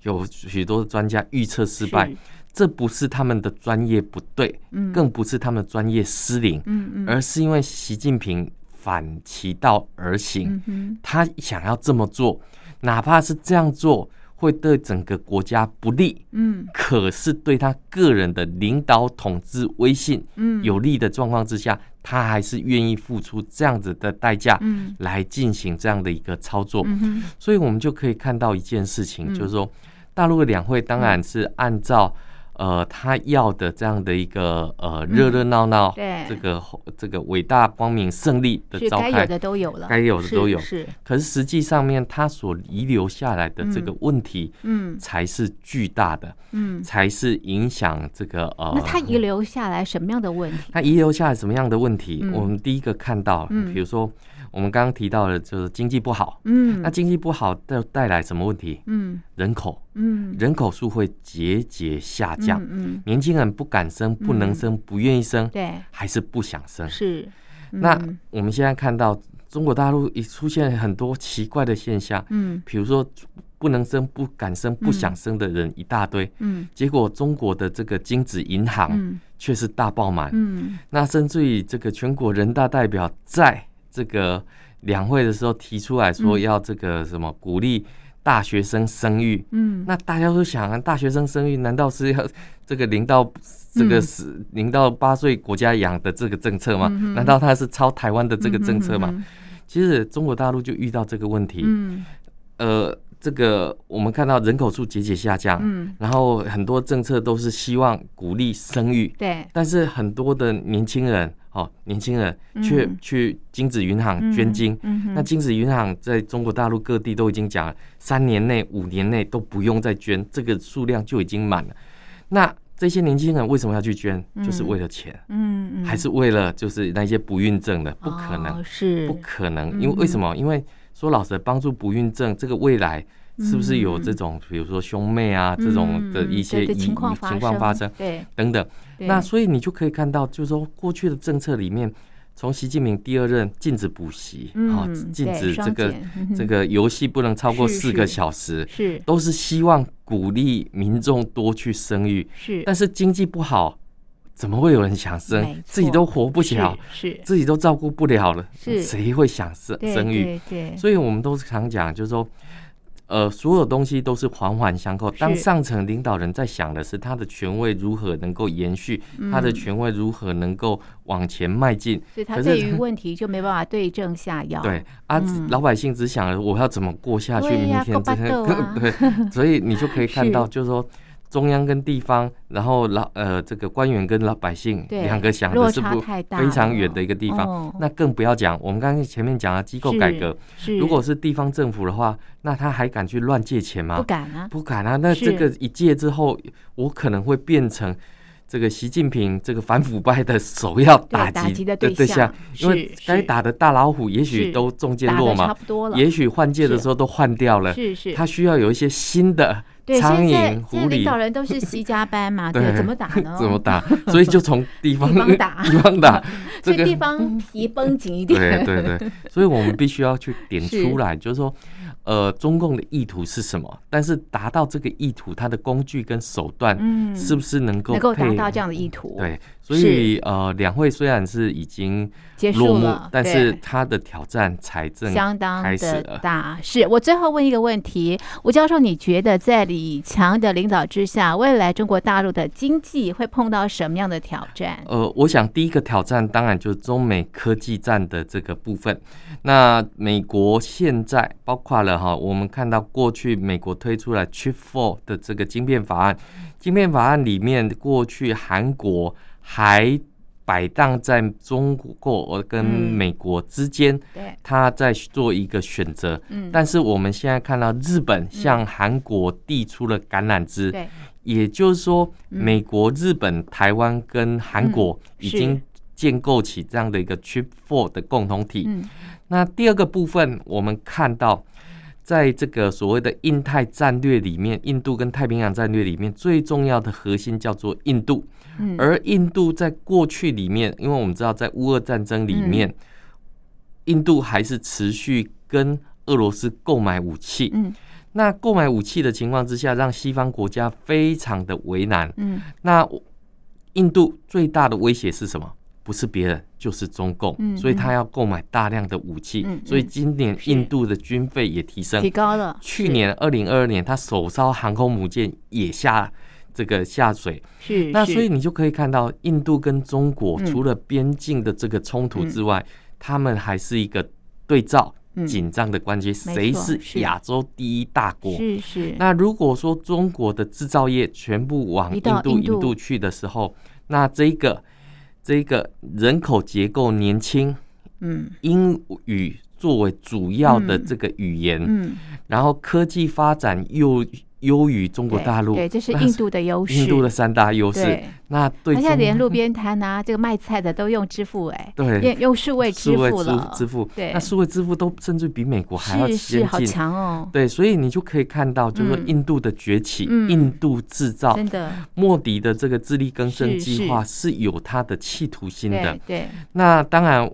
Speaker 2: 有许多专家预测失败。
Speaker 1: 是
Speaker 2: 这不是他们的专业不对，
Speaker 1: 嗯
Speaker 2: 更不是他们的专业失灵，
Speaker 1: 嗯嗯
Speaker 2: 而是因为习近平反其道而行，
Speaker 1: 嗯哼
Speaker 2: 他想要这么做，哪怕是这样做会对整个国家不利，
Speaker 1: 嗯
Speaker 2: 可是对他个人的领导统治威信
Speaker 1: 嗯
Speaker 2: 有利的状况之下，他还是愿意付出这样子的代价
Speaker 1: 嗯
Speaker 2: 来进行这样的一个操作。
Speaker 1: 嗯哼
Speaker 2: 所以我们就可以看到一件事情，
Speaker 1: 嗯
Speaker 2: 就是说，大陆的两会当然是按照、呃他要的这样的一个呃热热闹闹，
Speaker 1: 嗯对
Speaker 2: 这个这个伟大光明胜利的
Speaker 1: 是
Speaker 2: 召
Speaker 1: 该有
Speaker 2: 开。
Speaker 1: 的都有了，
Speaker 2: 该有的都有
Speaker 1: 是是
Speaker 2: 可是实际上面，他所遗留下来的这个问题
Speaker 1: 嗯
Speaker 2: 才是巨大的，
Speaker 1: 嗯。
Speaker 2: 才是影响这个呃。
Speaker 1: 那他遗留下来什么样的问题？
Speaker 2: 它遗留下来什么样的问题？
Speaker 1: 嗯
Speaker 2: 我们第一个看到，
Speaker 1: 嗯
Speaker 2: 比如说我们刚刚提到的，就是经济不好。
Speaker 1: 嗯
Speaker 2: 那经济不好带带来什么问题？
Speaker 1: 嗯
Speaker 2: 人口，
Speaker 1: 嗯，
Speaker 2: 人口数会节节下降，
Speaker 1: 嗯嗯，嗯
Speaker 2: 年轻人不敢生、不能生、不愿意生，
Speaker 1: 对，
Speaker 2: 还是不想生。
Speaker 1: 是。
Speaker 2: 嗯那
Speaker 1: 嗯
Speaker 2: 我们现在看到中国大陆也出现很多奇怪的现象，
Speaker 1: 嗯
Speaker 2: 比如说不能生、不敢生、不想生的人一大堆，
Speaker 1: 嗯
Speaker 2: 结果中国的这个精子银行
Speaker 1: 嗯
Speaker 2: 却是大爆满。
Speaker 1: 嗯
Speaker 2: 那甚至于这个全国人大代表在这个两会的时候提出来说
Speaker 1: 嗯
Speaker 2: 要这个什么鼓励大学生生育，
Speaker 1: 嗯，
Speaker 2: 那大家都想啊，大学生生育难道是要这个零到这个
Speaker 1: 嗯
Speaker 2: 十零到八岁国家养的这个政策吗？
Speaker 1: 嗯哼
Speaker 2: 难道他是抄台湾的这个政策吗？
Speaker 1: 嗯？
Speaker 2: 其实中国大陆就遇到这个问题，
Speaker 1: 嗯
Speaker 2: 呃，这个我们看到人口数节节下降，
Speaker 1: 嗯，
Speaker 2: 然后很多政策都是希望鼓励生育，
Speaker 1: 对，
Speaker 2: 但是很多的年轻人哦，年轻人却、
Speaker 1: 嗯
Speaker 2: 去金子银行捐精。
Speaker 1: 嗯
Speaker 2: 那金子银行在中国大陆各地都已经讲了，三年内、五年内都不用再捐，这个数量就已经满了。那这些年轻人为什么要去捐？
Speaker 1: 嗯
Speaker 2: 就是为了钱，
Speaker 1: 嗯哦
Speaker 2: 还是为了就是那些不孕症的？不可能，
Speaker 1: 是
Speaker 2: 不可能，
Speaker 1: 嗯
Speaker 2: 因为为什么？因为说老实的，帮助不孕症这个未来是不是有这
Speaker 1: 嗯
Speaker 2: 种，比如说兄妹啊这种的一些疑
Speaker 1: 情况
Speaker 2: 情况发生，
Speaker 1: 对，
Speaker 2: 等等？那所以你就可以看到，就是说过去的政策里面，从习近平第二任禁止补习，
Speaker 1: 嗯
Speaker 2: 啊、禁止这个这个游戏不能超过
Speaker 1: 是
Speaker 2: 四个
Speaker 1: 是
Speaker 2: 小时，
Speaker 1: 嗯是
Speaker 2: 都是希望鼓励民众多去生育。
Speaker 1: 是，
Speaker 2: 但是经济不好，怎么会有人想
Speaker 1: 没
Speaker 2: 生
Speaker 1: 错？
Speaker 2: 自己都活不了，
Speaker 1: 是
Speaker 2: 自己都照顾不了了，
Speaker 1: 是
Speaker 2: 谁会想生生育？
Speaker 1: 对对，
Speaker 2: 所以我们都常讲，就是说。呃，所有东西都是环环相扣。
Speaker 1: 是
Speaker 2: 当上层领导人在想的是他的权威如何能够延续，
Speaker 1: 嗯
Speaker 2: 他的权威如何能够往前迈进。
Speaker 1: 所以他
Speaker 2: 可是
Speaker 1: 对于问题就没办法对症下药。
Speaker 2: 对啊，
Speaker 1: 嗯
Speaker 2: 老百姓只想着我要怎么过下去，
Speaker 1: 对
Speaker 2: 明
Speaker 1: 呀
Speaker 2: 天
Speaker 1: 够
Speaker 2: 这
Speaker 1: 巴豆
Speaker 2: 个、
Speaker 1: 啊
Speaker 2: 对，所以你就可以看 到，
Speaker 1: 是
Speaker 2: 就是说中央跟地方，然后老呃这个官员跟老百姓
Speaker 1: 对
Speaker 2: 两个想
Speaker 1: 落
Speaker 2: 的是
Speaker 1: 差
Speaker 2: 不
Speaker 1: 太大了，
Speaker 2: 非常远的一个地方。
Speaker 1: 哦
Speaker 2: 那更不要讲，我们刚才前面讲了机构改革，
Speaker 1: 是
Speaker 2: 如果是地方政府的话，那他还敢去乱借钱吗？
Speaker 1: 不敢啊，
Speaker 2: 不敢啊！那
Speaker 1: 是
Speaker 2: 这个一届之后，我可能会变成这个习近平这个反腐败的首要
Speaker 1: 对
Speaker 2: 打
Speaker 1: 打
Speaker 2: 击
Speaker 1: 的
Speaker 2: 对
Speaker 1: 象，
Speaker 2: 象，因为
Speaker 1: 是
Speaker 2: 该
Speaker 1: 是
Speaker 2: 打的大老虎也
Speaker 1: 是
Speaker 2: 许都中间
Speaker 1: 打
Speaker 2: 落
Speaker 1: 的差
Speaker 2: 马，
Speaker 1: 不多了，
Speaker 2: 也许换届的时候都换掉了，
Speaker 1: 是是，
Speaker 2: 他需要有一些新的
Speaker 1: 对
Speaker 2: 苍
Speaker 1: 现在
Speaker 2: 蝇、
Speaker 1: 现在
Speaker 2: 狐
Speaker 1: 领导
Speaker 2: 狸
Speaker 1: 人都是习家班嘛，
Speaker 2: 对
Speaker 1: 对，怎么打呢？
Speaker 2: 怎么打，所以就从地方
Speaker 1: 地方打
Speaker 2: 地 方打
Speaker 1: 所
Speaker 2: 这
Speaker 1: 以地
Speaker 2: 个。
Speaker 1: 方皮绷紧一
Speaker 2: 对
Speaker 1: 点，
Speaker 2: 对对，所以我们必须要去点
Speaker 1: 是
Speaker 2: 出来，就是说，呃，中共的意图是什么？但是达到这个意图，它的工具跟手段
Speaker 1: 嗯，
Speaker 2: 是不是能够
Speaker 1: 能够达
Speaker 2: 配
Speaker 1: 到这样的意图，，
Speaker 2: 对，所以呃，两会虽然是已经
Speaker 1: 结
Speaker 2: 落
Speaker 1: 束
Speaker 2: 幕
Speaker 1: 了，，
Speaker 2: 但
Speaker 1: 对
Speaker 2: 是它的挑战财政
Speaker 1: 相当
Speaker 2: 开始
Speaker 1: 的
Speaker 2: 了
Speaker 1: 大。是我最后问一个问题，吴教授，你觉得在李强的领导之下，未来中国大陆的经济会碰到什么样的挑战？
Speaker 2: 呃，我想第一个挑战当然就是中美科技战的这个部分。那美国现在包括了哈，我们看到过去美国推出了 Chip Four 的这个晶片法案，晶片法案里面过去韩国还摆荡在中国跟
Speaker 1: 嗯
Speaker 2: 美国之间，
Speaker 1: 对，
Speaker 2: 他在做一个选择。
Speaker 1: 嗯，
Speaker 2: 但是我们现在看到日本向韩国递出了橄榄枝，
Speaker 1: 对，
Speaker 2: 也就是说，
Speaker 1: 嗯
Speaker 2: 美国、日本、台湾跟韩国已
Speaker 1: 是
Speaker 2: 经建构起这样的一个 Chip Four 的共同体。
Speaker 1: 嗯，
Speaker 2: 那第二个部分，我们看到，在这个所谓的印太战略里面，印度跟太平洋战略里面最重要的核心叫做印度。
Speaker 1: 嗯
Speaker 2: 而印度在过去里面，因为我们知道在乌俄战争里
Speaker 1: 嗯
Speaker 2: 面，印度还是持续跟俄罗斯购买武器。
Speaker 1: 嗯
Speaker 2: 那购买武器的情况之下，让西方国家非常的为难。
Speaker 1: 嗯
Speaker 2: 那我印度最大的威胁是什么？不是别人，就是中共。
Speaker 1: 嗯
Speaker 2: 所以他要购买大量的武器。
Speaker 1: 嗯嗯
Speaker 2: 所以今年
Speaker 1: 是
Speaker 2: 印度的军费也提升
Speaker 1: 提。高了，
Speaker 2: 去年二零二二年，他首艘航空母舰也下这个下水。
Speaker 1: 是
Speaker 2: 那
Speaker 1: 是
Speaker 2: 所以你就可以看到，印度跟中国
Speaker 1: 嗯
Speaker 2: 除了边境的这个冲突之外，他们还是一个对照
Speaker 1: 嗯
Speaker 2: 紧张的关系。
Speaker 1: 错
Speaker 2: 谁是
Speaker 1: 是
Speaker 2: 亚洲第一大国？
Speaker 1: 是是
Speaker 2: 那如果说中国的制造业全部往
Speaker 1: 移
Speaker 2: 印
Speaker 1: 到
Speaker 2: 度
Speaker 1: 印度
Speaker 2: 引渡去的时候，那这一个这一个人口结构年轻，
Speaker 1: 嗯
Speaker 2: 英语作为主要的
Speaker 1: 嗯
Speaker 2: 这个语言，
Speaker 1: 嗯，
Speaker 2: 然后科技发展又优于中国
Speaker 1: 对
Speaker 2: 大陆，
Speaker 1: 对，这是
Speaker 2: 那
Speaker 1: 印度的优势，
Speaker 2: 印度的三大优势。
Speaker 1: 对，
Speaker 2: 那对
Speaker 1: 他现在
Speaker 2: 中
Speaker 1: 连路边摊啊，这个卖菜的都用支付，哎，
Speaker 2: 对
Speaker 1: 用用数位支
Speaker 2: 数位
Speaker 1: 付
Speaker 2: 支
Speaker 1: 了，
Speaker 2: 支付，
Speaker 1: 对
Speaker 2: 那数位支付都甚至比美国还要
Speaker 1: 是是
Speaker 2: 先
Speaker 1: 好
Speaker 2: 进。
Speaker 1: 强哦，
Speaker 2: 对，所以你就可以看到，就是说
Speaker 1: 嗯
Speaker 2: 印度的崛起，
Speaker 1: 嗯
Speaker 2: 印度制造，
Speaker 1: 真的，
Speaker 2: 莫迪的这个自力更生计划是有它的企图心的
Speaker 1: 对。对，
Speaker 2: 那当然，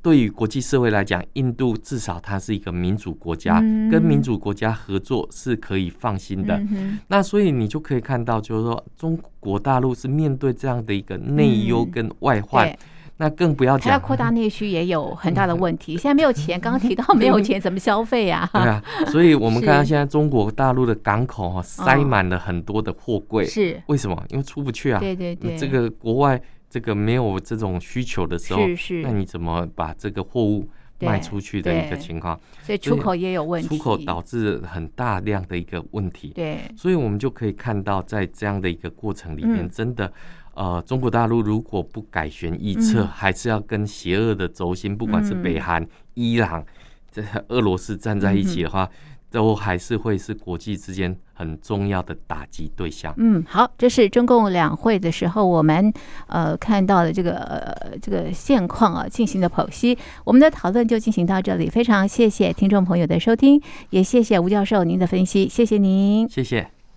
Speaker 2: 对于国际社会来讲，印度至少它是一个民主国家，
Speaker 1: 嗯
Speaker 2: 跟民主国家合作是可以放心的。
Speaker 1: 嗯哼
Speaker 2: 那所以你就可以看到，就是说中国大陆是面对这样的一个内忧
Speaker 1: 嗯
Speaker 2: 跟外患，
Speaker 1: 对，
Speaker 2: 那更不要
Speaker 1: 它要
Speaker 2: 讲
Speaker 1: 扩大内需也有很大的问题。现在没有钱，刚刚提到没
Speaker 2: 嗯
Speaker 1: 有钱怎么消费啊？
Speaker 2: 对啊，所以我 们
Speaker 1: 是嗯
Speaker 2: 看到现在中国大陆的港口哈、塞满了很多的货柜，
Speaker 1: 是，
Speaker 2: 为什么？因为出不去啊。
Speaker 1: 对对对，
Speaker 2: 这个国外这个没有这种需求的时候，
Speaker 1: 是是
Speaker 2: 那，你怎么把这个货物卖出去的一个情况？
Speaker 1: 所以出口也有问题，嗯
Speaker 2: 出口导致很大量的一个问题。
Speaker 1: 对，
Speaker 2: 所以我们就可以看到，在这样的一个过程里面，
Speaker 1: 嗯
Speaker 2: 真的，呃，中国大陆如果不改弦易辙，
Speaker 1: 嗯
Speaker 2: 还是要跟邪恶的轴心，不管是
Speaker 1: 嗯
Speaker 2: 北韩、伊朗、这俄罗斯站在一起的
Speaker 1: 嗯
Speaker 2: 话，都还是会是国际之间很重要的打击对象。
Speaker 1: 嗯，好，这是中共两会的时候我们呃看到的这个、呃、这个现况啊进行的剖析。我们的讨论就进行到这里，非常谢谢听众朋友的收听，也谢谢吴教授您的分析，谢谢您。
Speaker 2: 谢谢。